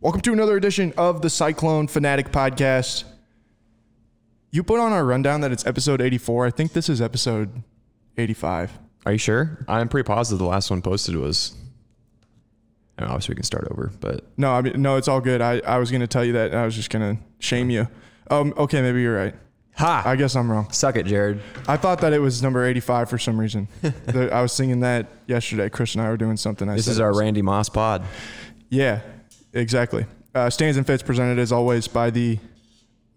Welcome to another edition of the Cyclone Fanatic Podcast. You put on our rundown that it's episode 84. I think this is episode 85. Are you sure? I'm pretty positive the last one posted was. I mean, obviously, we can start over, but No, I mean, no, it's all good. I, I was going to tell you that. and I was just going to shame you. Um, okay, maybe you're right. ha! I guess I'm wrong. Suck it, Jared. I thought that it was number 85 for some reason. The- I was singing that yesterday. Chris and I were doing something. I This said is it our was- Randy Moss pod. Yeah, exactly. Uh, Stands and Fits presented as always by the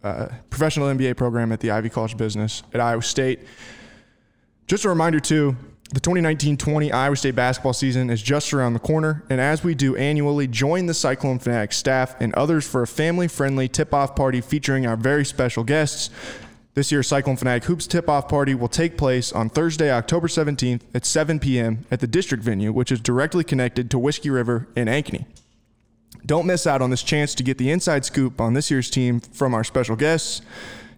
uh, professional MBA program at the Ivy College Business at Iowa State. Just a reminder too, the 2019-20 Iowa State basketball season is just around the corner, and as we do annually, join the Cyclone Fanatic staff and others for a family-friendly tip-off party featuring our very special guests. This year's Cyclone Fanatic Hoops tip-off party will take place on Thursday, October 17th at 7 p.m. at the district venue, which is directly connected to Whiskey River in Ankeny. Don't miss out on this chance to get the inside scoop on this year's team from our special guests.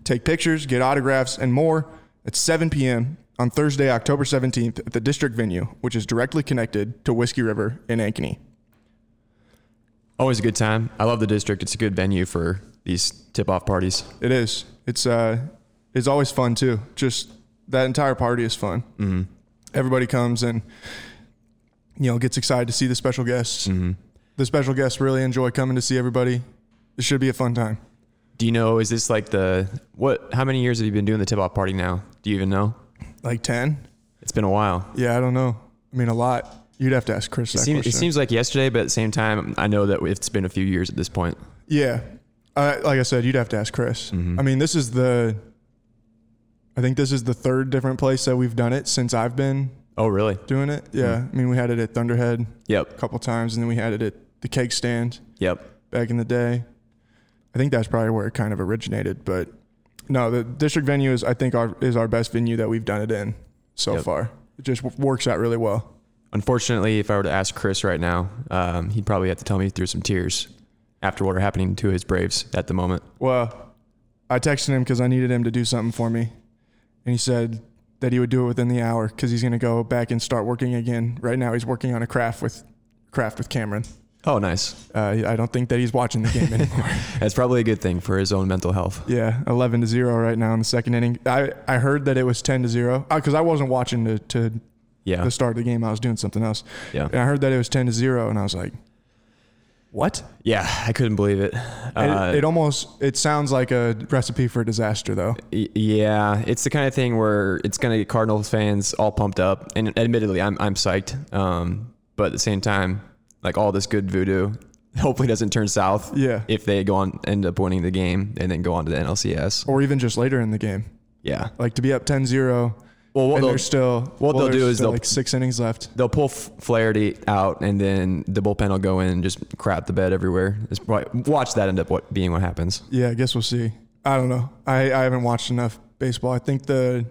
Take pictures, get autographs, and more at 7 p.m. on Thursday, October 17th at the district venue, which is directly connected to Whiskey River in Ankeny. Always a good time. I love the district. It's a good venue for these tip-off parties. It is. It's uh, it's always fun too. Just that entire party is fun. Mm-hmm. Everybody comes and you know gets excited to see the special guests. Mm-hmm. The special guests really enjoy coming to see everybody. It should be a fun time. Do you know? Is this like the what? How many years have you been doing the tip-off party now? Do you even know? Like 10, It's been a while. Yeah, I don't know. I mean, a lot. You'd have to ask Chris It that seems, it question. seems like yesterday, but at the same time, I know that it's been a few years at this point. yeah, uh, like I said, you'd have to ask Chris. Mm-hmm. I mean, this is the. I think this is the third different place that we've done it since I've been Oh, really? doing it. Yeah, Mm-hmm. I mean, we had it at Thunderhead a Yep. couple times, and then we had it at the Cake Stand Yep. back in the day. I think that's probably where it kind of originated, but no, the district venue is I think our is our best venue that we've done it in so Yep. far. It just w- works out really well. Unfortunately, if I were to ask Chris right now, um, he'd probably have to tell me through some tears after what are happening to his Braves at the moment. Well, I texted him because I needed him to do something for me, and he said that he would do it within the hour because he's going to go back and start working again. Right now, he's working on a craft with craft with Cameron. Oh, nice. Uh, I don't think that he's watching the game anymore. That's probably a good thing for his own mental health. yeah, eleven to zero right now in the second inning. I, I heard that it was ten to zero because I wasn't watching to, to Yeah. the start of the game. I was doing something else, Uh. Yeah. and I heard that it was ten to zero, and I was like, What? Yeah, I couldn't believe it. Uh, it, it almost it sounds like a recipe for disaster though. y- yeah, it's the kind of thing where it's going to get Cardinals fans all pumped up. And admittedly, I'm, I'm psyched. Um, but at the same time, like all this good voodoo hopefully doesn't turn south Yeah. if they go on end up winning the game and then go on to the NLCS. or even just later in the game, Yeah. like to be up 10-0 Well, what and they'll, there's still what well, they'll do there's is still they'll- like six innings left. they'll pull F- Flaherty out and then the bullpen will go in and just crap the bed everywhere. It's probably, watch that end up what being what happens. Yeah, I guess we'll see. I don't know. I, I haven't watched enough baseball. I think the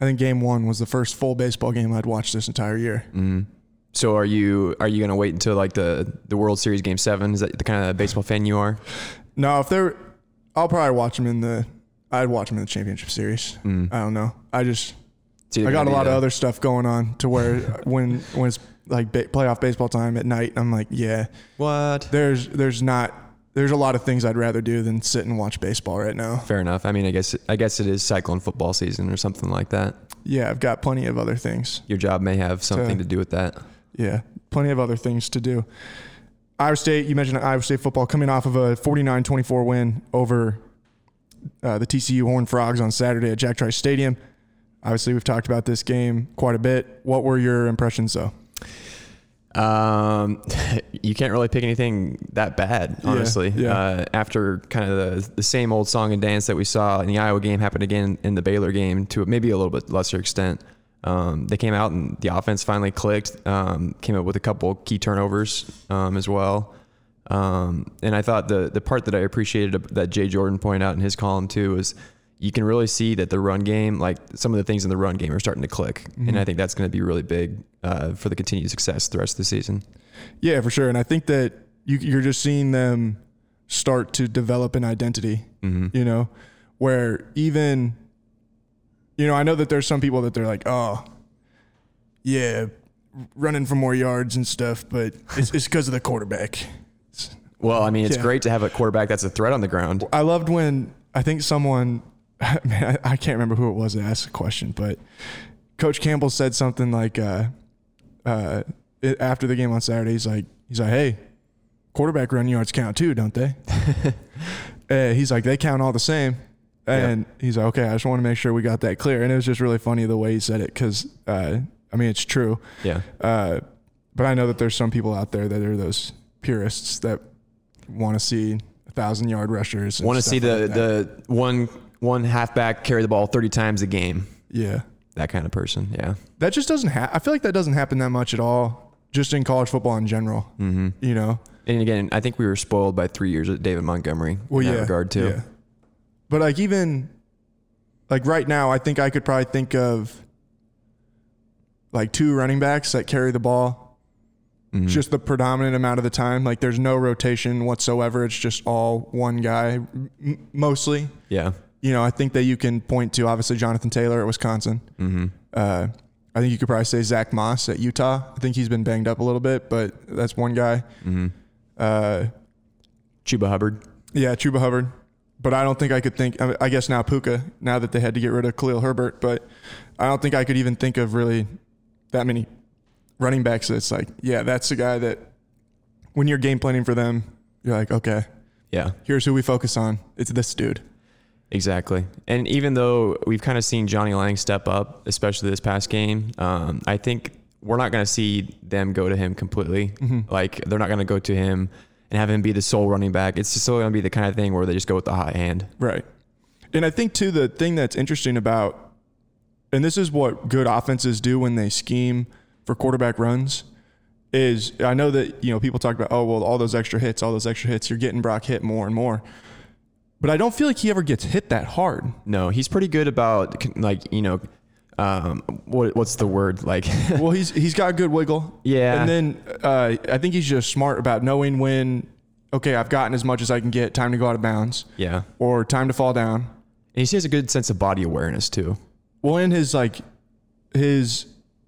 I think game one was the first full baseball game I'd watched this entire year. Mm. So are you are you gonna wait until like the the World Series Game Seven? Is that the kind of baseball fan you are? No, if they're I'll probably watch them in the I'd watch them in the championship series. Mm. I don't know. I just It's either I got a gonna be lot of the- other stuff going on to where when when it's like ba- playoff baseball time at night, I'm like, yeah, what. there's there's not there's a lot of things I'd rather do than sit and watch baseball right now. Fair enough. I mean, I guess I guess it is cyclone football season or something like that. Yeah, I've got plenty of other things. Your job may have something So- to do with that. Yeah, plenty of other things to do. Iowa State, you mentioned Iowa State football coming off of a 49 24 win over uh, the TCU Horned Frogs on Saturday at Jack Trice Stadium. Obviously, we've talked about this game quite a bit. What were your impressions, though? Um, you can't really pick anything that bad, Yeah, honestly. yeah. Uh, after kind of the, the same old song and dance that we saw in the Iowa game happened again in the Baylor game to maybe a little bit lesser extent. Um, they came out and the offense finally clicked. Um, came up with a couple key turnovers um, as well. Um, and I thought the the part that I appreciated ab- that Jay Jordan pointed out in his column too was you can really see that the run game, like some of the things in the run game, are starting to click, and I think that's going to be really big uh, for the continued success the rest of the season. Yeah, for sure. And I think that you, you're just seeing them start to develop an identity, you know, where even, you know, I know that there's some people that they're like, oh, yeah, running for more yards and stuff, but it's because of the quarterback. Well, I mean, it's Yeah. great to have a quarterback that's a threat on the ground. I loved when I think someone, man, I, I can't remember who it was that asked the question, but Coach Campbell said something like, uh, uh, it, after the game on Saturday, he's like, he's like, hey, quarterback run yards count too, don't they? Uh, he's like, they count all the same. And he's like, okay, I just want to make sure we got that clear. And it was just really funny the way he said it because, uh, I mean, it's true. Yeah, Uh, but I know that there's some people out there that are those purists that want to see a thousand yard rushers. and want to stuff see the like that. the one one halfback carry the ball thirty times a game. yeah. That kind of person. Yeah, That just doesn't happen. I feel like that doesn't happen that much at all, just in college football in general. Mm-hmm. You know, and again, I think we were spoiled by three years of David Montgomery well, in yeah, that regard too. yeah. But like even like right now, I think I could probably think of like two running backs that carry the ball Mm-hmm. just the predominant amount of the time. Like there's no rotation whatsoever. It's just all one guy m- mostly. Yeah. you know, I think that you can point to obviously Jonathan Taylor at Wisconsin. Uh, I think you could probably say Zach Moss at Utah. I think he's been banged up a little bit, but that's one guy. Uh, Chuba Hubbard. yeah, Chuba Hubbard. But I don't think I could think. I mean, I guess now Puka. Now that they had to get rid of Khalil Herbert, but I don't think I could even think of really that many running backs. That's like, yeah, that's the guy that when you're game planning for them, you're like, okay, Yeah. here's who we focus on. It's this dude. Exactly. And even though we've kind of seen Johnny Lang step up, especially this past game, um, I think we're not going to see them go to him completely. Like, they're not going to go to him and have him be the sole running back. It's just still going to be the kind of thing where they just go with the hot hand. Right. And I think too the thing that's interesting about and this is what good offenses do when they scheme for quarterback runs is I know that you know people talk about oh well all those extra hits, all those extra hits, you're getting Brock hit more and more. But I don't feel like he ever gets hit that hard. No, he's pretty good about, like, you know, um, what, what's the word? Like, Well, he's he's got good wiggle. Yeah. And then uh, I think he's just smart about knowing when okay, I've gotten as much as I can get, time to go out of bounds yeah. or time to fall down. And he has a good sense of body awareness, too. Well, and his like his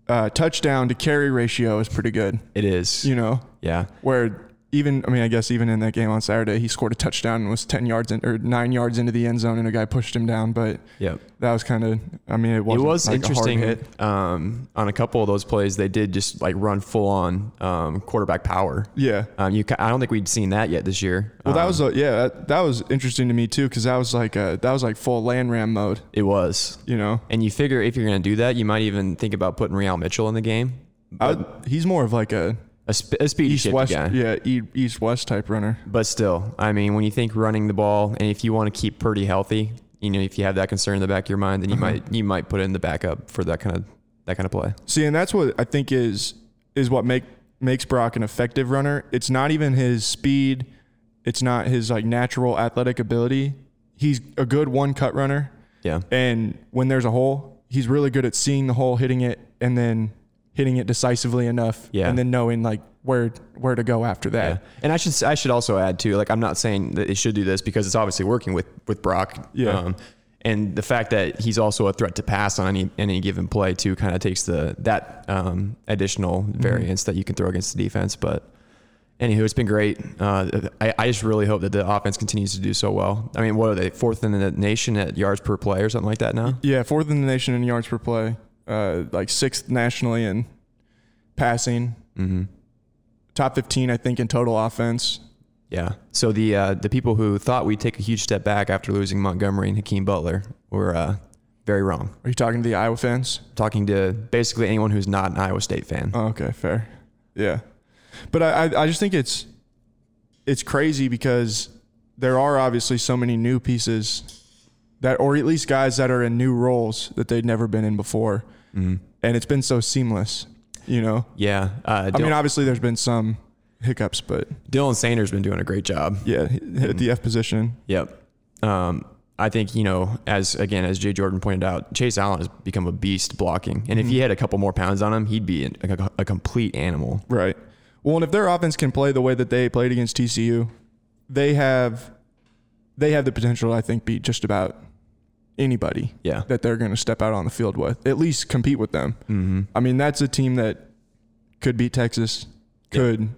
uh, touchdown to carry ratio is pretty good. It is. You know, yeah. where even I mean, I guess even in that game on Saturday, he scored a touchdown and was ten yards in, or nine yards into the end zone, and a guy pushed him down. But Yep. that was kind of I mean, it, It wasn't was like a hard interesting. hit. Um, on a couple of those plays, they did just like run full on um, quarterback power. Yeah. Um, you, ca- I don't think we'd seen that yet this year. Well, Um, that was a, yeah, that, that was interesting to me too because that was like a, that was like full land ram mode. it was. You know, And you figure if you're going to do that, you might even think about putting Real Mitchell in the game, I, he's more of like a a, sp- a speedy east shifty west, guy. yeah, E, east west type runner. But still, I mean, when you think running the ball, and if you want to keep Purdy healthy, you know, if you have that concern in the back of your mind, then you Uh-huh. might you might put in the backup for that kind of that kind of play. See, and that's what I think is is what make makes Brock an effective runner. It's not even his speed. It's not his like natural athletic ability. He's a good one cut runner, Yeah. and when there's a hole, he's really good at seeing the hole, hitting it, and then hitting it decisively enough, Yeah. and then knowing like where where to go after that. Yeah. And I should I should also add too, like I'm not saying that they should do this because it's obviously working with with Brock. Um, Yeah. and the fact that he's also a threat to pass on any any given play too kind of takes the that um, additional variance that you can throw against the defense. But anywho, it's been great. Uh, I, I just really hope that the offense continues to do so well. I mean, what are they fourth in the nation at yards per play or something like that now? Yeah, fourth in the nation in yards per play, uh, like sixth nationally in passing. Mm-hmm. Top fifteen, I think, in total offense. Yeah. So the uh, the people who thought we'd take a huge step back after losing Montgomery and Hakeem Butler were uh, very wrong. Are you talking to the Iowa fans? talking to basically anyone who's not an Iowa State fan. Oh, okay, fair. Yeah, but I, I I just think it's it's crazy because there are obviously so many new pieces that, or at least guys that are in new roles that they'd never been in before, and it's been so seamless. You know, yeah. Uh, I mean, Dil- obviously there's been some hiccups, but Dylan Saner's been doing a great job. yeah, at the F position. Yep. Um, I think you know, as again as Jay Jordan pointed out, Chase Allen has become a beast blocking, and if Mm-hmm. he had a couple more pounds on him, he'd be an- a, a complete animal. Right. Well, and if their offense can play the way that they played against TCU, they have they have the potential, I think, beat just about anybody Yeah. that they're going to step out on the field with. At least compete with them. Mm-hmm. I mean, that's a team that could beat Texas, could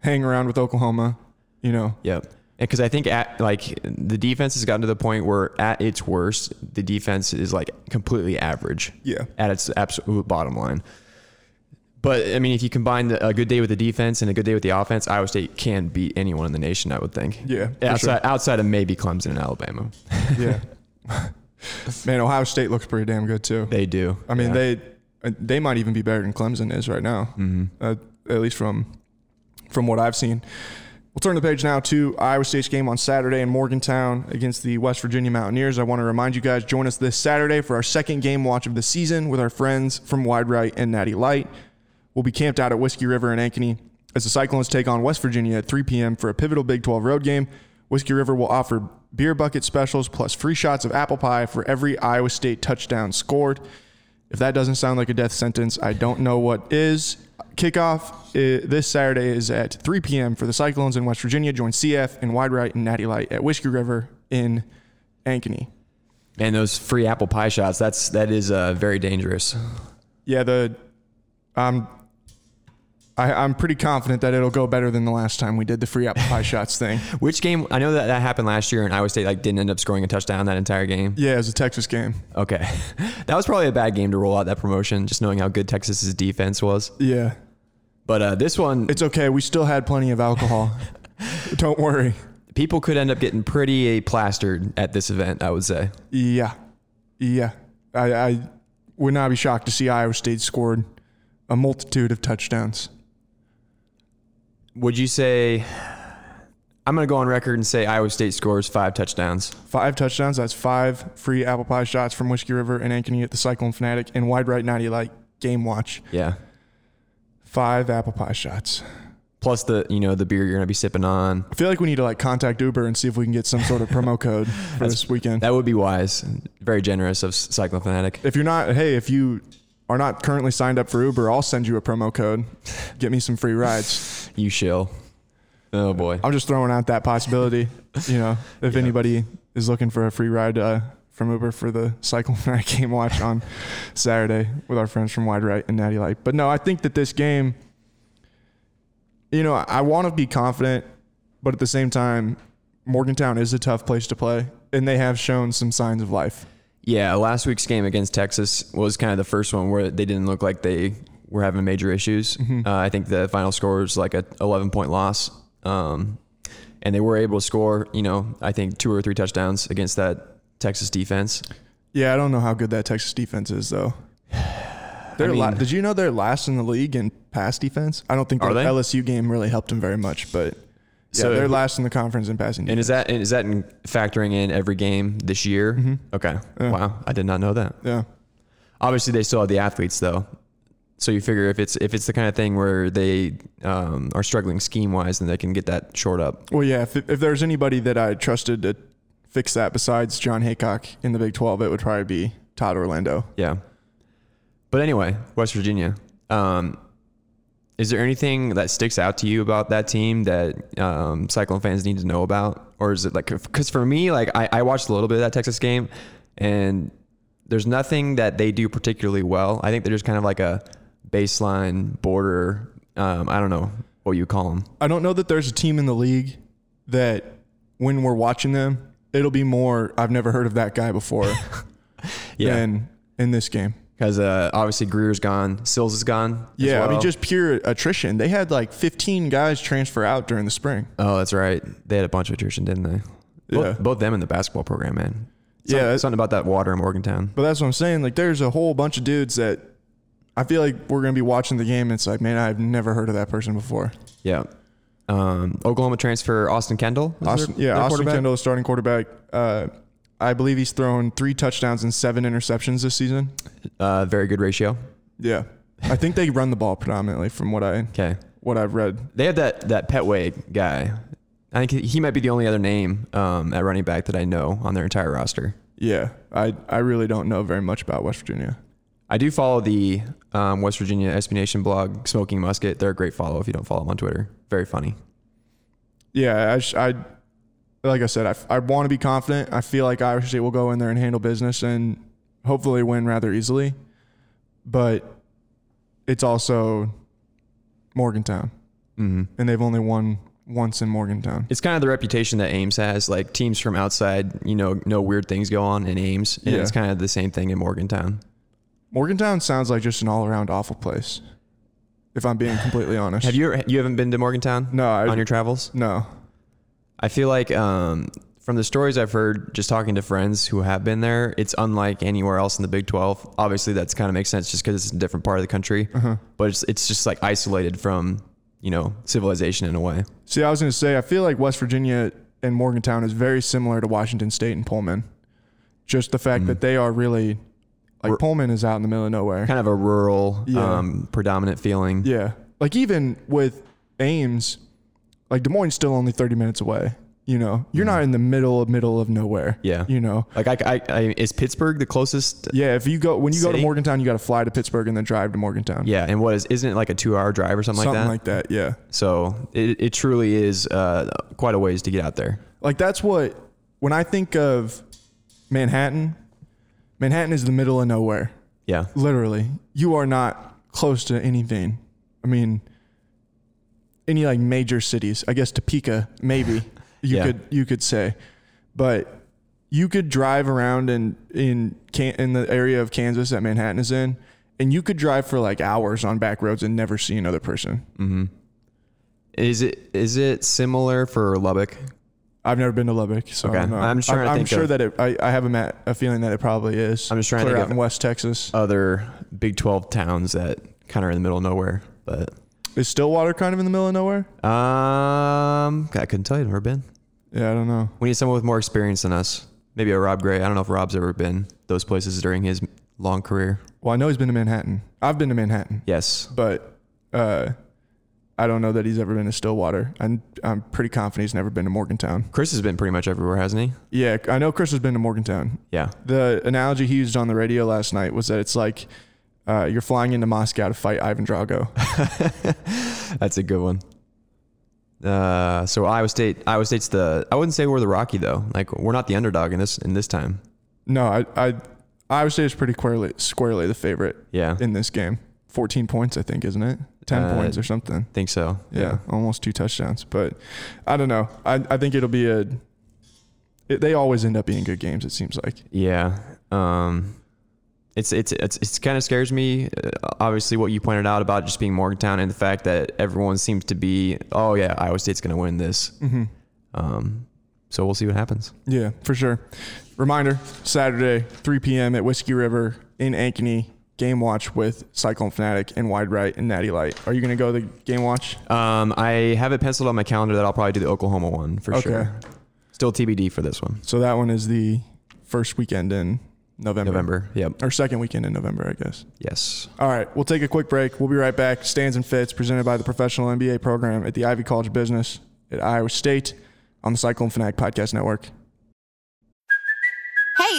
hang around with Oklahoma. You know, Yep. Because I think at like the defense has gotten to the point where at its worst, the defense is like completely average. Yeah. At its absolute bottom line. But I mean, if you combine the, a good day with the defense and a good day with the offense, Iowa State can beat anyone in the nation. I would think. Yeah, for Outside, outside of maybe Clemson and Alabama, yeah. Man, Ohio State looks pretty damn good too. they do. I mean, Yeah. they uh, they might even be better than Clemson is right now, mm-hmm. uh, at least from from what I've seen. We'll turn the page now to Iowa State's game on Saturday in Morgantown against the West Virginia Mountaineers. I want to remind you guys, join us this Saturday for our second game watch of the season with our friends from Wide Right and Natty Light. We'll be camped out at Whiskey River in Ankeny as the Cyclones take on West Virginia at 3 p.m. for a pivotal Big 12 road game. Whiskey River will offer beer bucket specials plus free shots of apple pie for every Iowa State touchdown scored. If that doesn't sound like a death sentence, I don't know what is. Kickoff uh, this Saturday is at 3 p.m. for the Cyclones in West Virginia. Join CF and Wide Right and Natty Light at Whiskey River in Ankeny. man, those free apple pie shots. That's that is uh, very dangerous. Yeah, the um, I, I'm pretty confident that it'll go better than the last time we did the free apple pie shots thing. Which game? I know that that happened last year, and Iowa State like didn't end up scoring a touchdown that entire game. Yeah, it was a Texas game. Okay. That was probably a bad game to roll out that promotion, just knowing how good Texas's defense was. Yeah, But uh, this one, it's okay. We still had plenty of alcohol. don't worry. people could end up getting pretty plastered at this event, I would say. Yeah, yeah. I, I would not be shocked to see Iowa State scored a multitude of touchdowns. Would you say, I'm going to go on record and say Iowa State scores five touchdowns. Five touchdowns. That's five free apple pie shots from Whiskey River and Ankeny at the Cyclone Fanatic and Wide Right 90 like game watch. Yeah. Five apple pie shots. Plus the, you know, the beer you're going to be sipping on. I feel like we need to like contact Uber and see if we can get some sort of promo code for this weekend. That would be wise. Very generous of Cyclone Fanatic. if you're not, hey, if you are not currently signed up for Uber, I'll send you a promo code. Get me some free rides. You shill. Oh, boy. I'm just throwing out that possibility. You know, if anybody is looking for a free ride uh, from Uber for the cycle night game watch on Saturday with our friends from Wide Right and Natty Light. But no, I think that this game, you know, I want to be confident, but at the same time, Morgantown is a tough place to play, and they have shown some signs of life. Yeah, last week's game against Texas was kind of the first one where they didn't look like they were having major issues. Uh, I think the final score was like a 11 point loss, um, and they were able to score. You know, I think two or three touchdowns against that Texas defense. Yeah, I don't know how good that Texas defense is though. They're mean- la- did you know they're last in the league in pass defense? I don't think the Are they? LSU game really helped them very much, but yeah, So- they're last in the conference in passing And defense. is that and is that in factoring in every game this year? Okay, wow, I did not know that. Yeah. Obviously, they still have the athletes though. So you figure if it's if it's the kind of thing where they um, are struggling scheme wise, then they can get that short up. Well, yeah, if, if there's anybody that I trusted to fix that besides John Haycock in the Big 12, it would probably be Todd Orlando. Yeah. But anyway, West Virginia. Um, is there anything that sticks out to you about that team that um, Cyclone fans need to know about, or is it like because for me, like I, I watched a little bit of that Texas game, and there's nothing that they do particularly well. I think they're just kind of like a baseline border. Um, I don't know what you call them. I don't know that there's a team in the league that when we're watching them, it'll be more I've never heard of that guy before than in this game. because uh, obviously Greer's gone, Sills is gone. as Yeah, I mean, well. just pure attrition. They had like 15 guys transfer out during the spring. Oh, that's right. They had a bunch of attrition, didn't they? Both, Yeah. both them and the basketball program, man. Something, Yeah. something about that water in Morgantown. But that's what I'm saying. Like, there's a whole bunch of dudes that I feel like we're going to be watching the game. And it's like, man, I've never heard of that person before. Yeah. Um, Oklahoma transfer Austin Kendall. is Austin, their- yeah, their Austin quarterback? Kendall is starting quarterback. Uh, I believe he's thrown three touchdowns and seven interceptions this season. Uh, very good ratio. Yeah. I think they run the ball predominantly from what I Okay. what I've read. They have that that Petway guy. I think he might be the only other name um, at running back that I know on their entire roster. Yeah, I I really don't know very much about West Virginia. I do follow the um, West Virginia SB Nation blog, Smoking Musket. They're a great follow if you don't follow them on Twitter. Very funny. Yeah, I sh- I like I said, I, f- I want to be confident. I feel like Iowa State will go in there and handle business and hopefully win rather easily. But it's also Morgantown, Mm-hmm. and they've only won once in Morgantown. It's kind of the reputation that Ames has. Like teams from outside, you know, know weird things go on in Ames, and Yeah. it's kind of the same thing in Morgantown. Morgantown sounds like just an all-around awful place. If I'm being completely honest, Have you you haven't been to Morgantown? No, I- on your travels. No, I feel like um, from the stories I've heard, just talking to friends who have been there, it's unlike anywhere else in the Big 12. Obviously, that's kind of makes sense just because it's a different part of the country, Uh-huh. but it's it's just like isolated from you know civilization in a way. See, I was going to say, I feel like West Virginia and Morgantown is very similar to Washington State and Pullman. Just the fact that they are really like Mm. We're- Pullman is out in the middle of nowhere. Kind of a rural, Yeah. um, predominant feeling. yeah, like even with Ames, like Des Moines still only thirty minutes away. You know, you're not in the middle of middle of nowhere. Mm. Yeah. you know. Like I, I, I, is Pittsburgh the closest? Yeah, if you go when you go to City? Morgantown, you got to fly to Pittsburgh and then drive to Morgantown. Yeah, and what is? Isn't it like a two-hour drive or something, something like that? like that. Yeah, so it, it truly is uh, quite a ways to get out there. Like that's what when I think of Manhattan, Manhattan is the middle of nowhere. Yeah, Literally, you are not close to anything. I mean, any like major cities. I guess Topeka, maybe you Yeah. could you could say, but you could drive around in in can, in the area of Kansas that Manhattan is in, and you could drive for like hours on back roads and never see another person. is it is it similar for Lubbock? I've never been to Lubbock, so I Okay. don't know. I'm just trying to I'm think sure of- that it, I, I have a, ma- a feeling that it probably is. I'm just trying to Clear think out of- in West Texas. other Big 12 towns that kind of are in the middle of nowhere. But Is Stillwater kind of in the middle of nowhere? um, I couldn't tell you. I've never been. Yeah, I don't know. We need someone with more experience than us. Maybe a Rob Gray. I don't know if Rob's ever been those places during his long career. Well, I know he's been to Manhattan. I've been to Manhattan, Yes. but uh, I don't know that he's ever been to Stillwater. I'm, I'm pretty confident he's never been to Morgantown. Chris has been pretty much everywhere, hasn't he? Yeah, I know Chris has been to Morgantown. Yeah. The analogy he used on the radio last night was that it's like uh, you're flying into Moscow to fight Ivan Drago. That's a good one. Uh, so Iowa State, Iowa State's the. I wouldn't say we're the Rocky though. Like we're not the underdog in this in this time. no, I, I Iowa State is pretty squarely, squarely the favorite. Yeah, I in this game. 14 points, I think, isn't it? 10 Uh, points or something. think so. Yeah, almost two touchdowns. But I don't know. I, I think it'll be a. It, they always end up being good games, it seems like. Yeah. Um, it's it's it's, it's kind of scares me. uh, Obviously, what you pointed out about just being Morgantown and the fact that everyone seems to be, oh yeah, Iowa State's going to win this. Mm-hmm. Um, so we'll see what happens. Yeah, for sure. Reminder Saturday, 3 p.m. at Whiskey River in Ankeny. Game watch with Cyclone Fanatic and Wide Right and Natty Light. Are you going to go to the game watch? Um, I have it penciled on my calendar that I'll probably do the Oklahoma one for Okay. sure. Still TBD for this one. So that one is the first weekend in November. November. Yep. Or second weekend in November, I guess. Yes. All right, we'll take a quick break. We'll be right back. Stands and Fits, presented by the Professional MBA Program at the Ivy College of Business at Iowa State on the Cyclone Fanatic Podcast Network. Hey,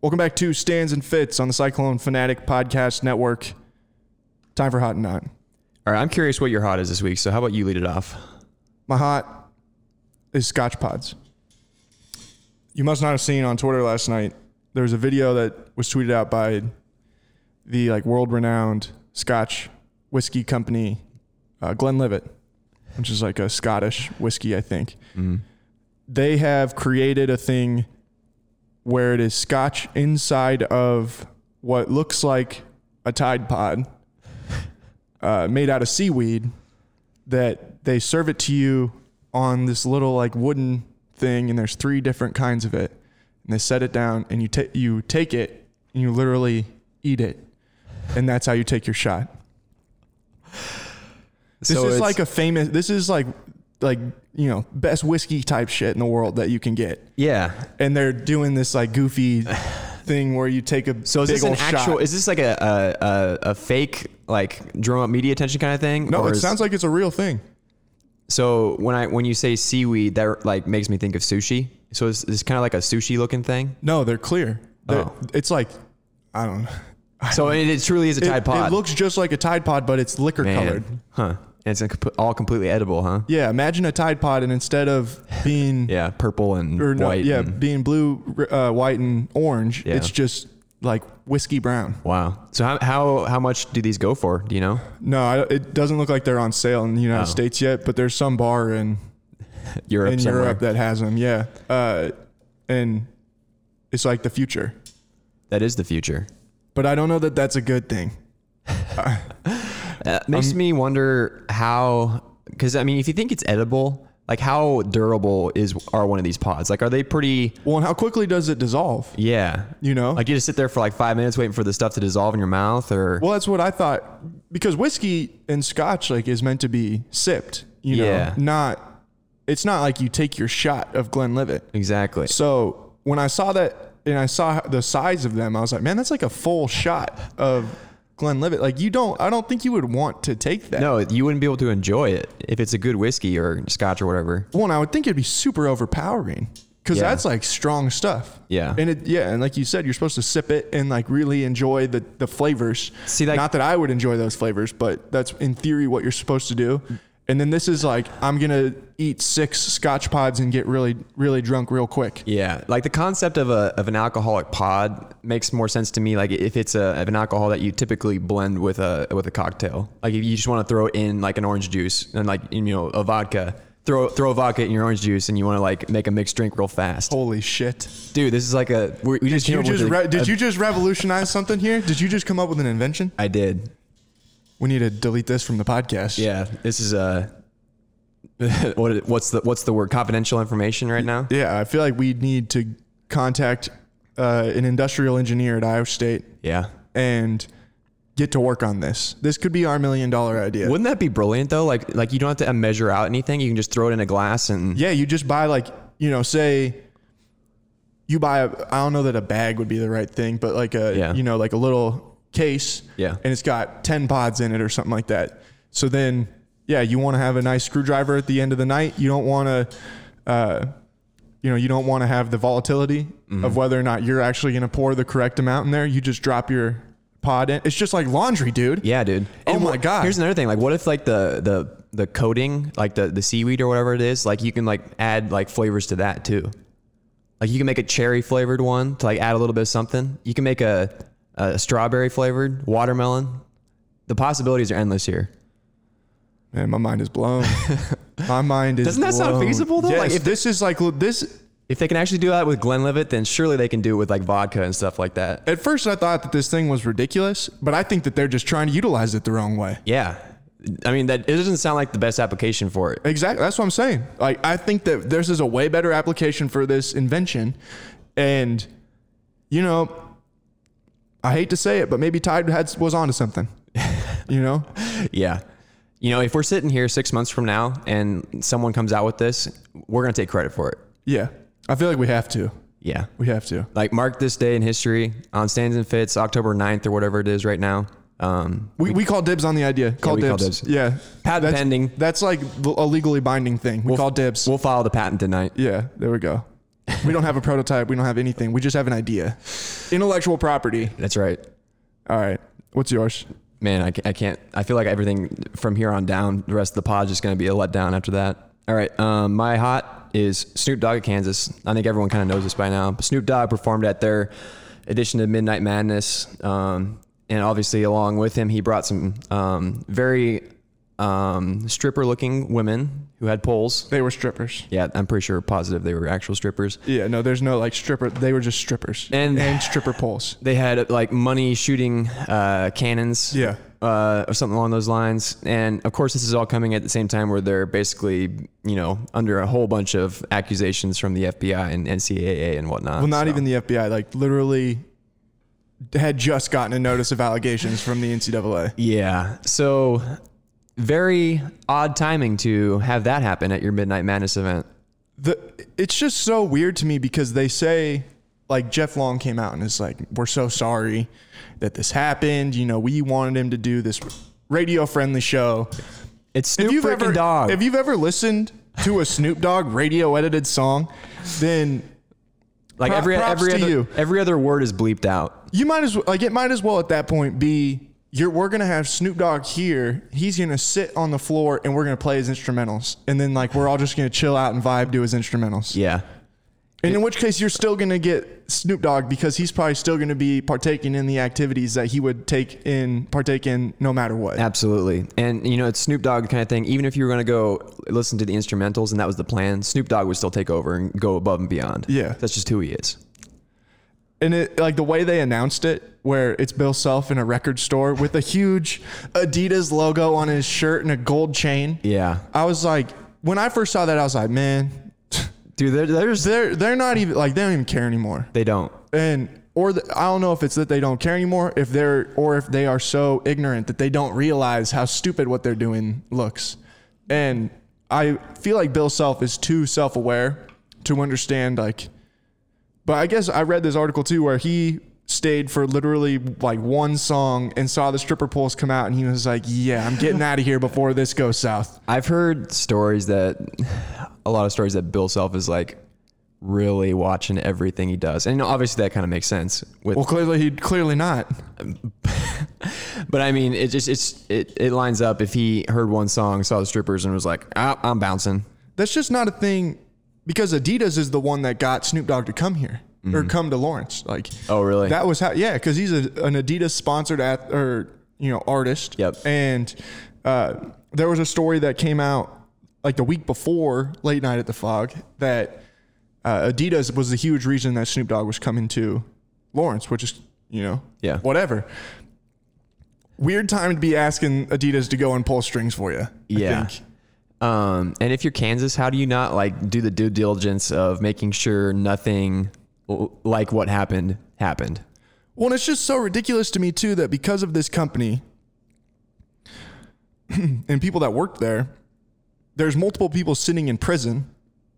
Welcome back to Stands and Fits on the Cyclone Fanatic Podcast Network. Time for Hot and Not. All right. I'm curious what your hot is this week. So how about you lead it off? My hot is Scotch Pods. You must not have seen on Twitter last night. There was a video that was tweeted out by the like world-renowned Scotch whiskey company, uh, Glenlivet, which is like a Scottish whiskey, I think. They have created a thing where it is Scotch inside of what looks like a Tide Pod, uh, made out of seaweed that they serve it to you on this little like wooden thing, and there's three different kinds of it, and they set it down, and you take you take it, and you literally eat it, and that's how you take your shot. This So is it's- like a famous. This is like like you know best whiskey type shit in the world that you can get, yeah. and they're doing this like goofy thing where you take a So is big this an ol' shot. actual? Is this like a a, a a fake like drum up media attention kind of thing? no, Or it is- sounds like it's a real thing. So when I when you say seaweed, that like makes me think of sushi. So it's, it's kind of like a sushi looking thing. No, they're clear. They're- Oh. It's like I don't know. So it, it truly is a It, Tide Pod. it looks just like a Tide Pod, but it's liquor Man. colored. huh? And it's a comp- all completely edible, huh? Yeah, imagine a Tide Pod, and instead of being Yeah, purple and or no, white. yeah, and- being blue, uh, white, and orange, Yeah. it's just like whiskey brown. wow. So how, how how much do these go for? Do you know? No, I, it doesn't look like they're on sale in the United Oh. States yet, but there's some bar in Europe in somewhere. Europe that has them. Yeah, uh, and it's like the future. that is the future. But I don't know that that's a good thing. That makes Um, me wonder how, because I mean, if you think it's edible, like how durable is are one of these pods? Like, are they pretty? Well, and how quickly does it dissolve? Yeah, You know, like you just sit there for like five minutes waiting for the stuff to dissolve in your mouth, or Well, that's what I thought because whiskey and scotch like is meant to be sipped, you know, Yeah. not it's not like you take your shot of Glenlivet. exactly. So, when I saw that and I saw the size of them, I was like, man, that's like a full shot of Glenlivet. Like you don't I don't think you would want to take that. No, you wouldn't be able to enjoy it if it's a good whiskey or scotch or whatever. One, I would think it'd be super overpowering cuz Yeah. that's like strong stuff. Yeah. And it yeah, and like you said you're supposed to sip it and like really enjoy the the flavors. See, like- not that I would enjoy those flavors, but that's in theory what you're supposed to do. And then this is like I'm going to eat 6 scotch pods and get really really drunk real quick. Yeah, like the concept of a of an alcoholic pod makes more sense to me. Like if it's a of an alcohol that you typically blend with a with a cocktail. Like if you just want to throw in like an orange juice and like you know a vodka, throw throw vodka in your orange juice, and you want to like make a mixed drink real fast. Holy shit. Dude, this is like a we, we just Did came you up with just a- re- a- did you just revolutionize something here? Did you just come up with an invention? I did. We need to delete this from the podcast. Yeah, this is a. what what's the what's the word confidential information right now? Yeah, I feel like we need to contact uh, an industrial engineer at Iowa State Yeah. and get to work on this. This could be our million dollar idea. Wouldn't that be brilliant though? Like like you don't have to measure out anything. You can just throw it in a glass and Yeah, you just buy like, you know, say you buy a I don't know that a bag would be the right thing, but like a Yeah. you know, like a little case. Yeah. And it's got 10 pods in it or something like that. So then yeah, you want to have a nice screwdriver at the end of the night. You don't want to uh you know, you don't want to have the volatility Mm-hmm. of whether or not you're actually going to pour the correct amount in there. You just drop your pod in. It's just like laundry, dude. Yeah, dude. Oh my what- God. Here's another thing. Like, what if like the the the coating, like the the seaweed or whatever it is, like you can like add like flavors to that too. Like you can make a cherry flavored one to like add a little bit of something. You can make a, a strawberry flavored watermelon. The possibilities are endless here. Man, my mind is blown. my mind is Doesn't that sound blown. feasible, though? Yes, Like, if- this is like this If they can actually do that with Glenlivet, then surely they can do it with like vodka and stuff like that. At first, I thought that this thing was ridiculous, but I think that they're just trying to utilize it the wrong way. Yeah, I mean that it doesn't sound like the best application for it. Exactly. That's what I'm saying. Like, I think that this is a way better application for this invention. And, you know, I hate to say it, but maybe Tide had, was onto something. You know? Yeah. You know, if we're sitting here six months from now and someone comes out with this, we're gonna take credit for it. Yeah. I feel like we have to. Yeah. We have to. like mark this day in history on stands and fits october 9th or whatever it is right now um We, we call dibs on the idea. Call, we dibs. call dibs. Yeah. Patent that's, pending. That's like a legally binding thing. We call dibs. we'll file the patent tonight Yeah, there we go. We don't have a prototype. We don't have anything. We just have an idea. Intellectual property. that's right All right. What's yours? man I, ca- I can't i feel like everything from here on down the rest of the pod is just gonna be a letdown after that all right um my hot is snoop dogg at kansas i think everyone kind of knows this by now but snoop dogg performed at their edition of midnight madness um and obviously along with him he brought some um very um, stripper looking women who had poles. They were strippers. Yeah, I'm pretty sure positive they were actual strippers. Yeah, no, there's no like stripper. They were just strippers And- and stripper poles. They had like money shooting uh, cannons. Yeah. Uh, or something along those lines. And of course, this is all coming at the same time where they're basically, you know, under a whole bunch of accusations from the FBI and NCAA and whatnot. Well, not So- even the FBI. Like literally, had just gotten a notice of allegations from the NCAA. Yeah. So very odd timing to have that happen at your Midnight Madness event. the it's just so weird to me because they say like Jeff Long came out and is like, "We're so sorry that this happened. You know, we wanted him to do this radio friendly show." It's Snoop freaking ever Dogg. if you've ever listened to a Snoop Dogg radio edited song, then like Pro- every props every to other, you. every other word is bleeped out. you might as well like it might as well at that point be you're we're gonna have Snoop Dogg here. He's gonna sit on the floor and we're gonna play his instrumentals, and then like we're all just gonna chill out and vibe to his instrumentals. Yeah. And in which case, you're still going to get Snoop Dogg because he's probably still going to be partaking in the activities that he would take in, partake in, no matter what. Absolutely. And you know, it's Snoop Dogg kind of thing. Even if you were going to go listen to the instrumentals and that was the plan, Snoop Dogg would still take over and go above and beyond. Yeah. That's just who he is. And it, like the way they announced it, where it's Bill Self in a record store with a huge Adidas logo on his shirt and a gold chain. Yeah. I was like, when I first saw that, I was like, man, Dude, there, there's they're they're not even like they don't even care anymore. they don't. and or the, I don't know if it's that they don't care anymore, if they're or if they are so ignorant that they don't realize how stupid what they're doing looks. And I feel like Bill Self is too self-aware to understand like but I guess I read this article too where he stayed for literally like one song and saw the stripper poles come out and he was like, "Yeah, I'm getting out of here before this goes south." I've heard stories that a lot of stories that Bill Self is like really watching everything he does. And you know, obviously that kind of makes sense with Well, clearly he clearly not. But I mean, it just it's it, it lines up. If he heard one song, saw the strippers, and was like, ah, "I'm bouncing," that's just not a thing because Adidas is the one that got Snoop Dogg to come here or come to Lawrence. Like, Mm-hmm. Oh, really? That was how, yeah, because he's a, an Adidas sponsored at or you know artist. Yep. And uh, there was a story that came out like the week before Late Night at the Fog that uh, Adidas was the huge reason that Snoop Dogg was coming to Lawrence, which is you know Yeah. whatever. Weird time to be asking Adidas to go and pull strings for you. I yeah. think. Um, and if you're Kansas, how do you not like do the due diligence of making sure nothing l- like what happened happened? Well, and it's just so ridiculous to me too that because of this company and people that worked there, there's multiple people sitting in prison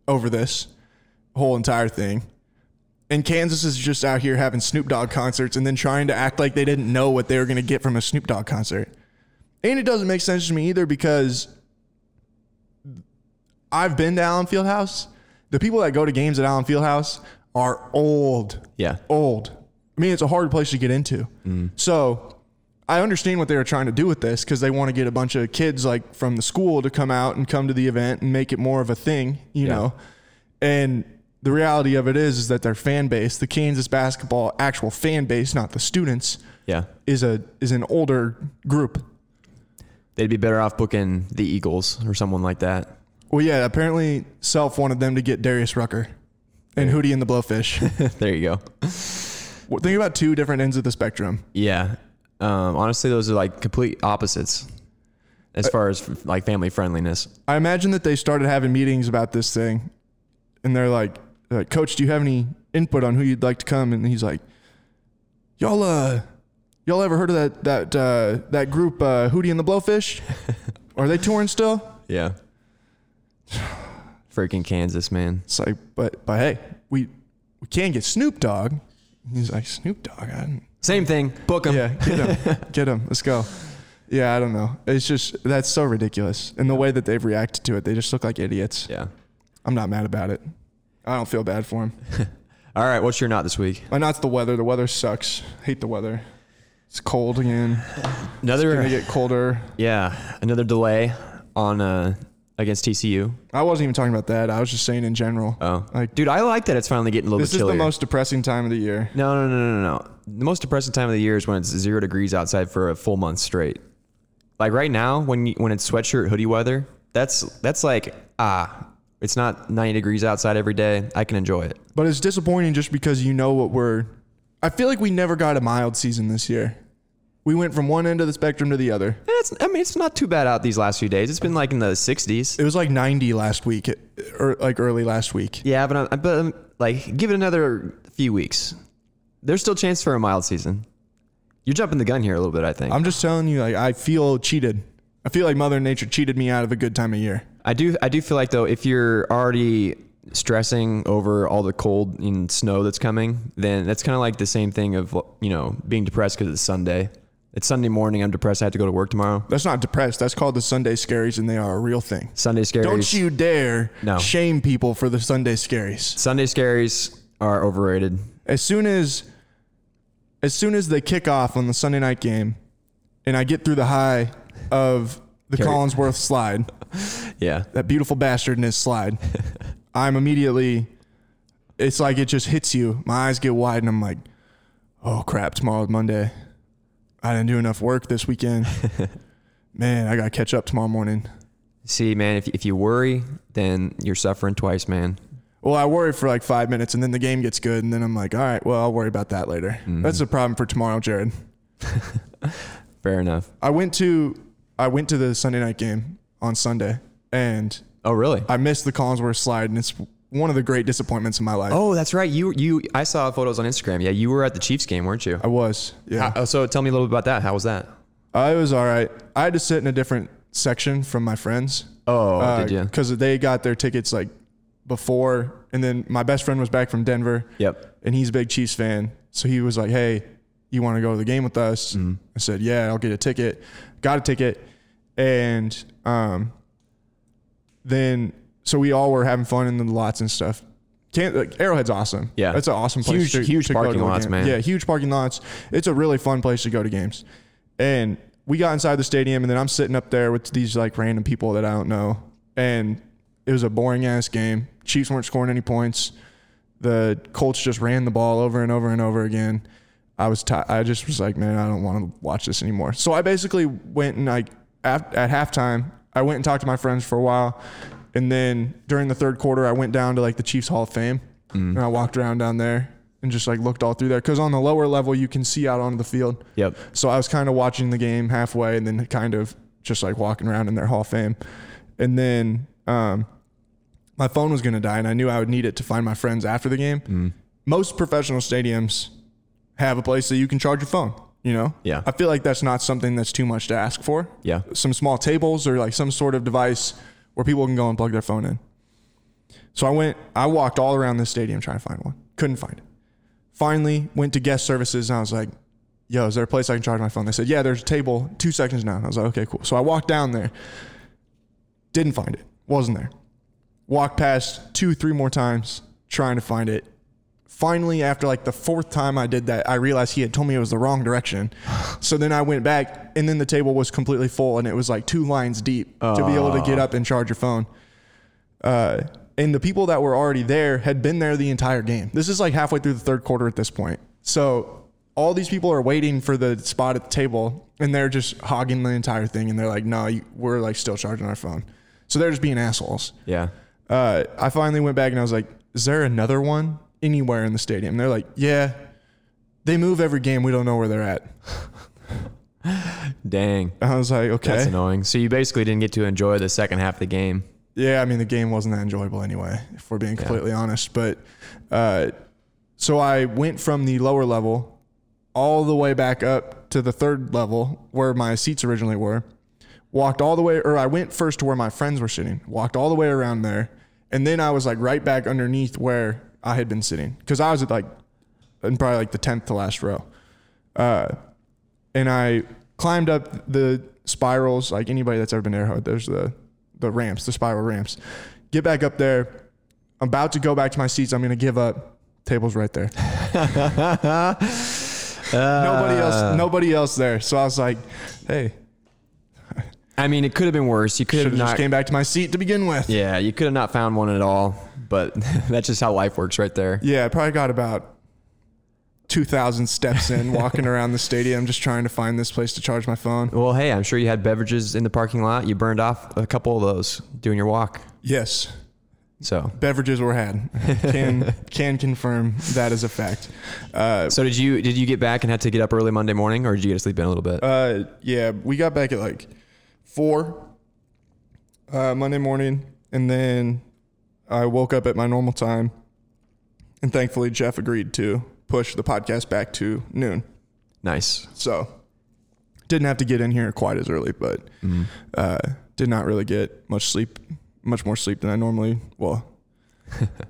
over this whole entire thing. And Kansas is just out here having Snoop Dogg concerts and then trying to act like they didn't know what they were going to get from a Snoop Dogg concert. And it doesn't make sense to me either because I've been to Allen Fieldhouse. The people that go to games at Allen Fieldhouse are old Yeah. old. I mean, it's a hard place to get into. So I understand what they were trying to do with this because they want to get a bunch of kids like from the school to come out and come to the event and make it more of a thing, you Yeah. know. And the reality of it is, is that their fan base, the Kansas basketball actual fan base, not the students, Yeah. is a is an older group. They'd be better off booking the Eagles or someone like that. Well, yeah, apparently Self wanted them to get Darius Rucker and Hootie and the Blowfish. there you go. Well, Think about two different ends of the spectrum. Yeah. Um, honestly, those are like complete opposites as far as like family friendliness. I imagine that they started having meetings about this thing, and they're like, uh, "Coach, do you have any input on who you'd like to come?" And he's like, "Y'all, uh, y'all ever heard of that that uh, that group uh, Hootie and the Blowfish? Are they touring still?" Yeah. Freaking Kansas, man. It's like, but but hey, we we can get Snoop Dogg. He's like, Snoop Dogg, I didn't- Same thing. Book them. yeah, get him, get him, let's go. Yeah, I don't know. It's just that's so ridiculous, and the way that they've reacted to it, they just look like idiots. Yeah. I'm not mad about it. I don't feel bad for him. All right. What's your not this week? My not's the weather. The weather sucks. Hate the weather. It's cold again. Gonna Another. get colder. Yeah. Another delay on uh against TCU. I wasn't even talking about that. I was just saying in general. Oh, like dude, I like that it's finally getting a little this bit is chillier. the most depressing time of the year. no, no, no, no, no. The most depressing time of the year is when it's zero degrees outside for a full month straight. like right now when you, when it's sweatshirt hoodie weather, that's that's like ah, it's not 90 degrees outside every day. I can enjoy it. But it's disappointing just because you know what we're. I feel like we never got a mild season this year. We went from one end of the spectrum to the other. It's, I mean, it's not too bad out these last few days. It's been like in the 60s. It was like 90 last week, or like early last week. Yeah, but I'm, but I'm, like give it another few weeks. There's still chance for a mild season. You're jumping the gun here a little bit, I think. I'm just telling you, like I feel cheated. I feel like Mother Nature cheated me out of a good time of year. I do I do feel like though if you're already stressing over all the cold and snow that's coming, then that's kind of like the same thing of you know being depressed because it's Sunday. It's Sunday morning. I'm depressed. I have to go to work tomorrow. That's not depressed. That's called the Sunday scaries, and they are a real thing. Sunday scaries. Don't you dare No. shame people for the Sunday scaries. Sunday scaries are overrated. As soon as, as soon as they kick off on the Sunday night game, and I get through the high of the Carry- Collinsworth slide, Yeah. that beautiful bastard in his slide, I'm immediately, it's like it just hits you. My eyes get wide, and I'm like, oh crap, tomorrow's Monday. I didn't do enough work this weekend. Man, I got to catch up tomorrow morning. See, man, if, if you worry, then you're suffering twice, man. Well, I worry for like five minutes and then the game gets good. And then I'm like, all right, well, I'll worry about that later. Mm-hmm. That's the problem for tomorrow, Jared. Fair enough. I went to I went to the Sunday night game on Sunday and Oh, really? I missed the Collinsworth slide and it's one of the great disappointments in my life. oh, that's right. You you I saw photos on Instagram. Yeah, you were at the Chiefs game, weren't you? I was. Yeah. How- so tell me a little bit about that. How was that? I was all right. I had to sit in a different section from my friends. Oh, did you? Because they got their tickets like before. And then my best friend was back from Denver. Yep. and he's a big Chiefs fan. So he was like, "Hey, you want to go to the game with us?" Mm-hmm. I said, "Yeah, I'll get a ticket." Got a ticket, and um, then so we all were having fun in the lots and stuff. Can't like, Arrowhead's awesome. Yeah. that's an awesome place. Huge- huge go parking to a lots, game. man. Yeah, huge parking lots. It's a really fun place to go to games. And we got inside the stadium, and then I'm sitting up there with these like random people that I don't know. And it was a boring ass game. Chiefs weren't scoring any points the Colts just ran the ball over and over and over again. I was ti I just was like, man, I don't want to watch this anymore. So I basically went and I at, at halftime, I went and talked to my friends for a while, and then during the third quarter, I went down to like the Chiefs Hall of Fame, and I walked around down there and just like looked all through there because on the lower level you can see out onto the field. Yep. So I was kind of watching the game halfway and then kind of just like walking around in their Hall of Fame. And then um, my phone was going to die and I knew I would need it to find my friends after the game. Most professional stadiums have a place that you can charge your phone, you know? Yeah. I feel like that's not something that's too much to ask for. Yeah. Some small tables or like some sort of device where people can go and plug their phone in. So I went, I walked all around the stadium trying to find one. Couldn't find it. Finally went to guest services and I was like, yo, is there a place I can charge my phone? They said, yeah, there's a table two seconds down. I was like, okay, cool. So I walked down there, didn't find it, wasn't there. Walked past two, three more times trying to find it. Finally, after like the fourth time I did that, I realized he had told me it was the wrong direction. So then I went back, and then the table was completely full, and it was like two lines deep to be able to get up and charge your phone. Uh, and the people that were already there had been there the entire game. This is like halfway through the third quarter at this point. So all these people are waiting for the spot at the table, and they're just hogging the entire thing. And they're like, "No, you, we're like still charging our phone." So they're just being assholes Yeah. uh, I finally went back and I was like, is there another one anywhere in the stadium? And they're like, yeah, they move every game. We don't know where they're at. Dang. I was like, okay. That's annoying. So you basically didn't get to enjoy the second half of the game. yeah, I mean, the game wasn't that enjoyable anyway, if we're being completely honest. But uh, so I went from the lower level all the way back up to the third level where my seats originally were. Walked all the way, or I went first to where my friends were sitting, walked all the way around there. And then I was like right back underneath where I had been sitting because I was at like, in probably like the 10th to last row. and I climbed up the spirals. Like anybody that's ever been to Airhead, there's the the ramps, the spiral ramps. Get back up there. I'm about to go back to my seats. I'm gonna give up. Table's right there. nobody Uh. else. Nobody else there. So I was like, hey, I mean, it could have been worse. You could should have have just not. came back to my seat to begin with. yeah, you could have not found one at all. But that's just how life works, right there. Yeah, I probably got about 2,000 steps in, walking around the stadium, just trying to find this place to charge my phone. Well, hey, I'm sure you had beverages in the parking lot. You burned off a couple of those doing your walk. Yes, So, beverages were had. Can can confirm that is a fact. Uh, so did you did you get back and had to get up early Monday morning, or did you get to sleep in a little bit? uh, yeah, we got back at like four uh, Monday morning, and then I woke up at my normal time, and thankfully Jeff agreed to push the podcast back to noon. nice. So didn't have to get in here quite as early, but uh, did not really get much sleep, much more sleep than I normally. Well,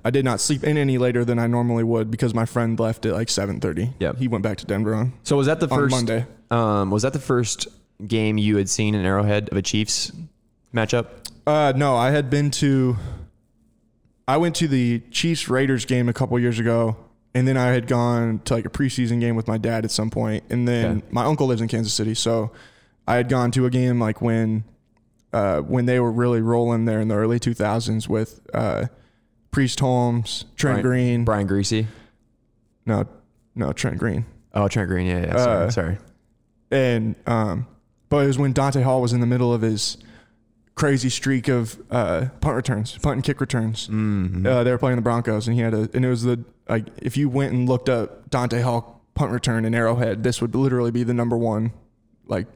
I did not sleep in any later than I normally would because my friend left at like seven thirty. Yep. he went back to Denver on So was that the on first Monday. Um, was that the first game you had seen in Arrowhead of a Chiefs matchup? Uh, no, I had been to. I went to the Chiefs Raiders game a couple years ago, and then I had gone to like a preseason game with my dad at some point, and then Okay. my uncle lives in Kansas City, so I had gone to a game like when, uh, when they were really rolling there in the early two thousands with uh, Priest Holmes, Trent Brian- Green, Brian Greasy. no, no Trent Green, Oh, Trent Green. Yeah, yeah. Sorry. Uh, sorry. and um, but it was when Dante Hall was in the middle of his crazy streak of uh, punt returns, punt and kick returns. Uh, they were playing the Broncos, and he had a, and it was the like if you went and looked up Dante Hall punt return in Arrowhead, this would literally be the number one, like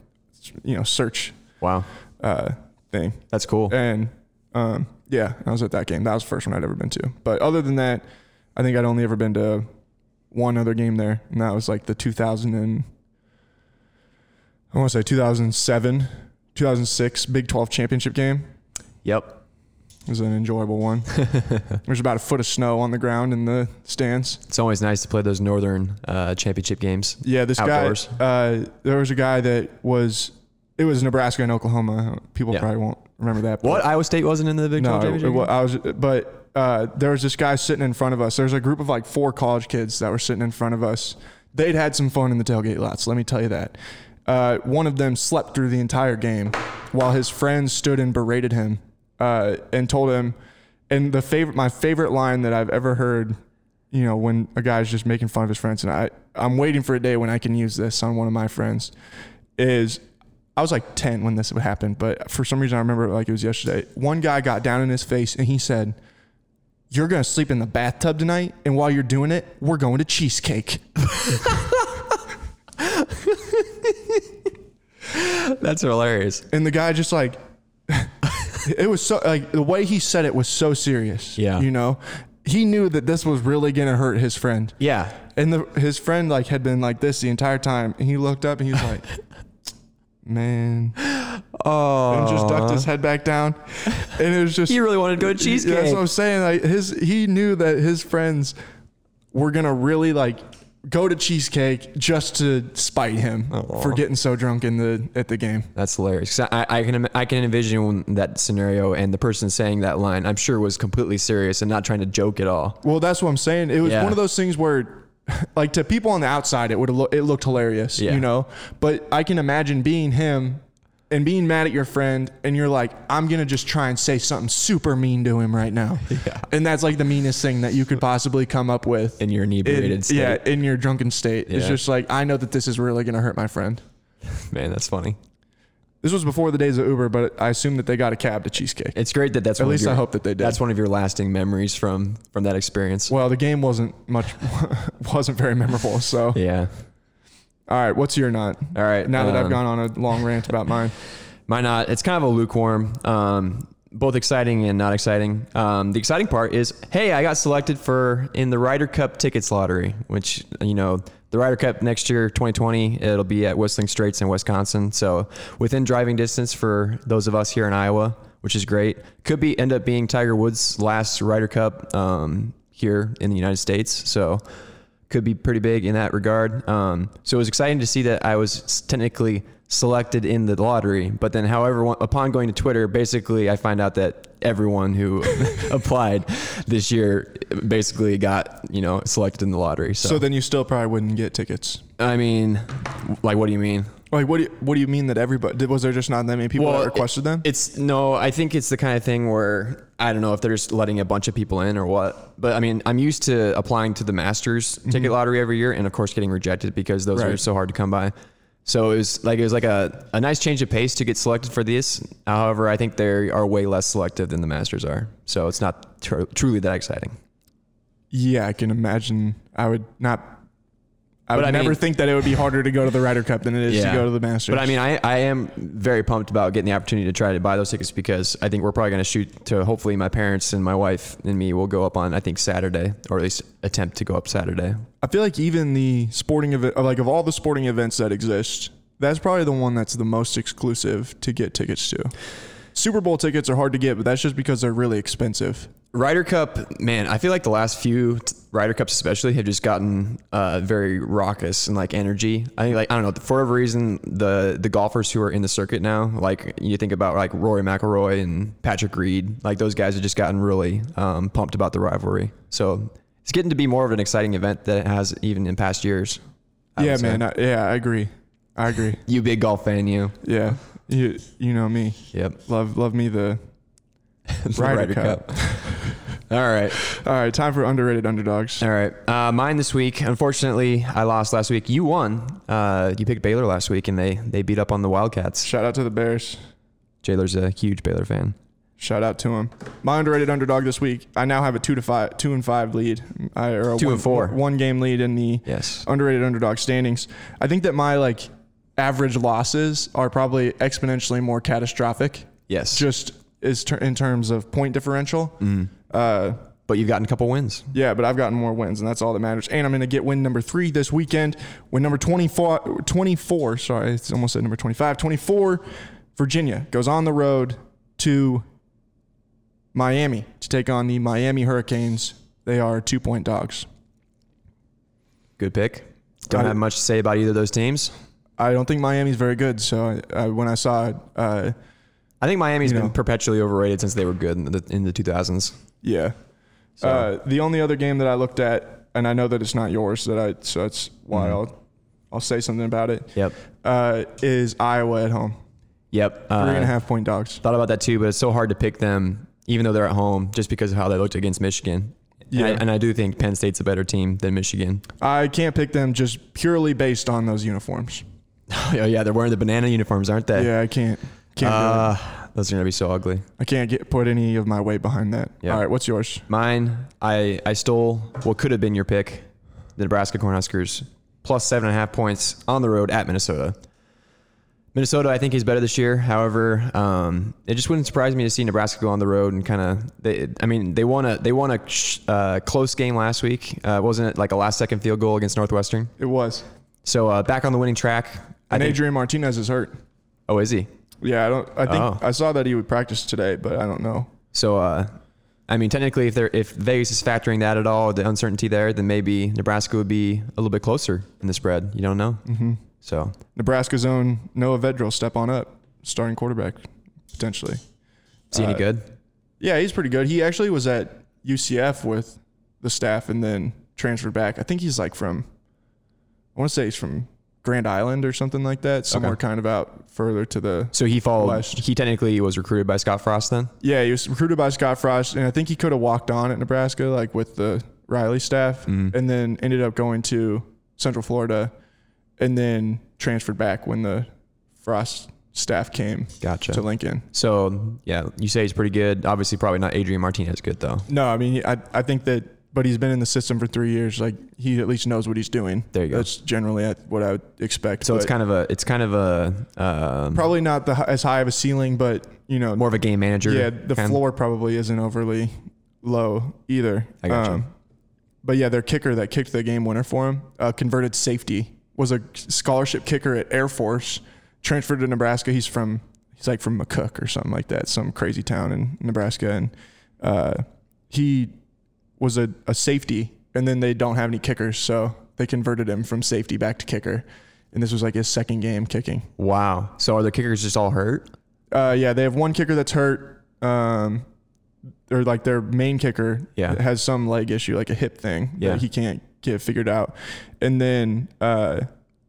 you know, search Wow, uh, thing. that's cool. And um, yeah, I was at that game. That was the first one I'd ever been to. But other than that, I think I'd only ever been to one other game there, and that was like the 2000 and I want to say 2007, 2006 Big 12 championship game. Yep. It was an enjoyable one. There's about a foot of snow on the ground in the stands. It's always nice to play those northern uh, championship games. Yeah, this Outdoors. guy. Uh, there was a guy that was. It was Nebraska and Oklahoma. People Yeah. probably won't remember that. but- What Iowa State wasn't in the Big No, it, Twelve championship? it, wa- I was, but uh, there was this guy sitting in front of us. There was a group of like four college kids that were sitting in front of us. They'd had some fun in the tailgate lots. Let me tell you that. Uh, one of them slept through the entire game, while his friends stood and berated him uh, and told him. And the favorite, my favorite line that I've ever heard, you know, when a guy's just making fun of his friends, and I, I'm waiting for a day when I can use this on one of my friends, is I was like 10 when this would happen, but for some reason I remember it like it was yesterday. One guy got down in his face and he said, You're going to sleep in the bathtub tonight. And while you're doing it, we're going to cheesecake. That's hilarious. And the guy just like, it was so, like the way he said it was so serious. Yeah. You know, he knew that this was really going to hurt his friend. Yeah. And the, his friend like had been like this the entire time. And he looked up and he was like, Man. Oh. And just ducked his head back down. And it was just. He really wanted to go to cheesecake. That's what I'm saying. Like his, he knew that his friends were gonna really like go to cheesecake just to spite him for getting so drunk in the at the game. That's hilarious. 'Cause I, I can I can envision that scenario, and the person saying that line, I'm sure, was completely serious and not trying to joke at all. Well, that's what I'm saying. It was Yeah. one of those things where, like, to people on the outside, it would have it looked hilarious, Yeah. you know. But I can imagine being him and being mad at your friend, and you're like, I'm gonna just try and say something super mean to him right now, yeah. and that's like the meanest thing that you could possibly come up with In your inebriated in, state. yeah, in your drunken state. It's Yeah. just like I know that this is really gonna hurt my friend. Man, that's funny. This was before the days of Uber, but I assume that they got a cab to Cheesecake. It's great that that's At one of least I your- hope that they did. That's one of your lasting memories from from that experience. well, the game wasn't much, wasn't very memorable. So, Yeah. all right, what's your not? All right. Now that I've um, gone on a long rant about mine, Why not? It's kind of a lukewarm. Um, both exciting and not exciting. Um, the exciting part is, hey, I got selected for in the Ryder Cup tickets lottery, which you know the Ryder Cup next year, 2020. It'll be at Whistling Straits in Wisconsin, so within driving distance for those of us here in Iowa, which is great. Could be end up being Tiger Woods' last Ryder Cup um, here in the United States, so could be pretty big in that regard. Um, so it was exciting to see that I was technically selected in the lottery. But then, however, one- upon going to Twitter, basically I find out that everyone who applied this year basically got you know selected in the lottery. So, so then you still probably wouldn't get tickets. I mean, like, what do you mean? Like, what do you, what do you mean that everybody did, was there just not that many people that requested them? It's no, I think it's the kind of thing where I don't know if they're just letting a bunch of people in or what. But I mean, I'm used to applying to the Masters ticket lottery every year, and of course getting rejected because those are Mm-hmm. Right. so hard to come by. So it was like it was like a, a nice change of pace to get selected for this. However, I think they are way less selective than the Masters are, so it's not tr- truly that exciting. yeah, I can imagine. I would not. I would I never mean- think that it would be harder to go to the Ryder Cup than it is to go to the Masters. But I mean, I, I am very pumped about getting the opportunity to try to buy those tickets because I think we're probably going to shoot to hopefully my parents and my wife and me will go up on, I think, Saturday or at least attempt to go up Saturday. I feel like even the sporting event, like of all the sporting events that exist, that's probably the one that's the most exclusive to get tickets to. Super Bowl tickets are hard to get, but that's just because they're really expensive. Ryder Cup, man, I feel like the last few t- Ryder Cups, especially, have just gotten uh, very raucous and like energy. I think, like, I don't know, for whatever reason, the the golfers who are in the circuit now, like you think about like Rory McIlroy and Patrick Reed, like those guys have just gotten really um, pumped about the rivalry. So it's getting to be more of an exciting event than it has even in past years. I yeah, would say. man. I, yeah, I agree. I agree. You big golf fan, you? Yeah, you you know me. Yep. Love love me the. The Ryder Cup. All right. All right, time for underrated underdogs. All right. Uh, mine this week. Unfortunately, I lost last week. You won. Uh, you picked Baylor last week, and they they beat up on the Wildcats. Shout out to the Bears. Jailer's a huge Baylor fan. Shout out to him. My underrated underdog this week. I now have a two to five, two and five lead. I, or a Two one, and four. one game lead in the Yes. underrated underdog standings. I think that my like average losses are probably exponentially more catastrophic. Yes. Mm-hmm. Just is ter- in terms of point differential. Uh, but you've gotten a couple wins. yeah, but I've gotten more wins, and that's all that matters. And I'm going to get win number three this weekend. Win number 24, 24, sorry, it's almost at number 25, 24, Virginia goes on the road to Miami to take on the Miami Hurricanes. They are two point dogs. Good pick. Don't Got it. have much to say about either of those teams. I don't think Miami's very good. So I, I, when I saw, uh, I think Miami's You been know. perpetually overrated since they were good in the in the 2000s. yeah, uh, the only other game that I looked at, and I know that it's not yours, that I so that's why I'll I'll say something about it. Yep. Uh, is Iowa at home? Yep. Three and a half Uh, point dogs. Thought about that too, but it's so hard to pick them, even though they're at home, just because of how they looked against Michigan. Yeah. And I, and I do think Penn State's a better team than Michigan. I can't pick them just purely based on those uniforms. Oh yeah, they're wearing the banana uniforms, aren't they? Yeah, I can't. Can't. do Eh. Uh, it. those are gonna be so ugly. I can't get put any of my weight behind that. Yeah. All right, what's yours? Mine, I I stole what could have been your pick, the Nebraska Cornhuskers, plus seven and a half points on the road at Minnesota. Minnesota, I think, is better this year. However, um, it just wouldn't surprise me to see Nebraska go on the road and kind of. They, I mean, they won a they won a uh, close game last week. Uh, wasn't it like a last second field goal against Northwestern? It was. So uh, back on the winning track. I And think, Adrian Martinez is hurt. oh, is he? Yeah, I don't. I think Oh. I saw that he would practice today, but I don't know. So, uh, I mean, technically, if they're if Vegas is factoring that at all, the uncertainty there, then maybe Nebraska would be a little bit closer in the spread. You don't know. Mm-hmm. So, Nebraska's own Noah Vedral step on up, starting quarterback potentially. is he any Uh, good? Yeah, he's pretty good. He actually was at UCF with the staff and then transferred back. I think he's like from, I want to say he's from Grand Island or something like that, somewhere kind of out further to the So he followed. West. He technically was recruited by Scott Frost then. Yeah, he was recruited by Scott Frost, and I think he could have walked on at Nebraska, like with the Riley staff, Mm-hmm. and then ended up going to Central Florida, and then transferred back when the Frost staff came Gotcha. to Lincoln. So yeah, you say he's pretty good. Obviously, probably not Adrian Martinez good though. No, I mean, I I think that, but he's been in the system for three years. Like he at least knows what he's doing. There you go. That's generally at- what I would expect. So it's kind of a it's kind of a um, probably not the hi- as high of a ceiling, but you know, more of a game manager. Yeah, the kind. floor probably isn't overly low either. Um, I gotcha. but yeah, their kicker that kicked the game winner for him, uh, converted safety, was a scholarship kicker at Air Force, transferred to Nebraska. He's from he's like from McCook or something like that, some crazy town in Nebraska, and uh, he was a, a safety, and then they don't have any kickers, so they converted him from safety back to kicker. And this was like his second game kicking. Wow. So are the kickers just all hurt? Uh, yeah, they have one kicker that's hurt. Um, or like their main kicker Yeah. has some leg issue, like a hip thing Yeah. that he can't get figured out. And then uh,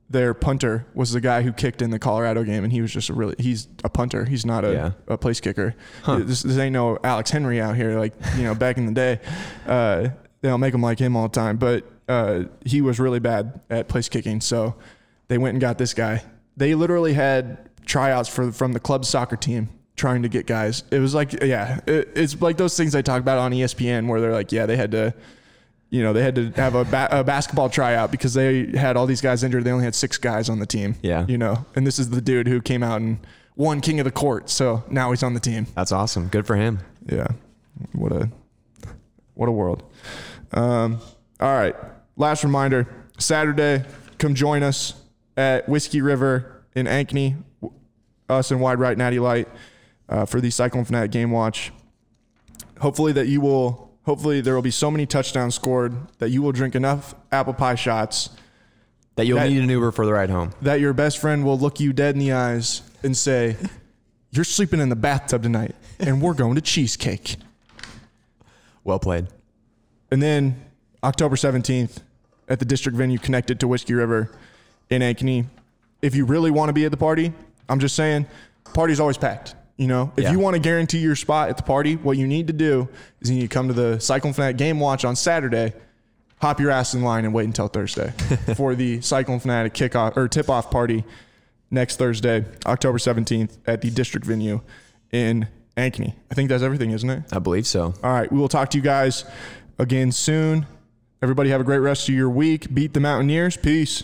their punter was the guy who kicked in the Colorado game, and he was just a really he's a punter. He's not a, Yeah. a place kicker. This, this ain't no Alex Henry out here like you know back in the day. Uh, they don't make him like him all the time, but uh, he was really bad at place kicking. So they went and got this guy. They literally had tryouts for from the club soccer team trying to get guys. It was like yeah, it, it's like those things they talk about on E ESPN where they're like yeah they had to you know, they had to have a, ba- a basketball tryout because they had all these guys injured. They only had six guys on the team. Yeah. You know, and this is the dude who came out and won king of the court. So now he's on the team. That's awesome. Good for him. Yeah. What a, what a world. Um, all right. Last reminder Saturday, come join us at Whiskey River in Ankeny, w- us and Wide Right Natty Light uh, for the Cyclone Fanatic Game Watch hopefully that you will hopefully there will be so many touchdowns scored that you will drink enough apple pie shots That you'll That- need an Uber for the ride home. that your best friend will look you dead in the eyes and say you're sleeping in the bathtub tonight and we're going to cheesecake Well played. and then october 17th at the district venue connected to whiskey river in ankeny if you really want to be at the party i'm just saying party's always packed you know if Yeah. you want to guarantee your spot at the party what you need to do is you need to come to the cyclone fanatic game watch on saturday hop your ass in line and wait until Thursday for the Cyclone Fanatic kickoff or tip off party next Thursday, October 17th at the district venue in Ankeny. I think that's everything, isn't it? I believe so. All right. We will talk to you guys again soon. Everybody have a great rest of your week. Beat the Mountaineers. Peace.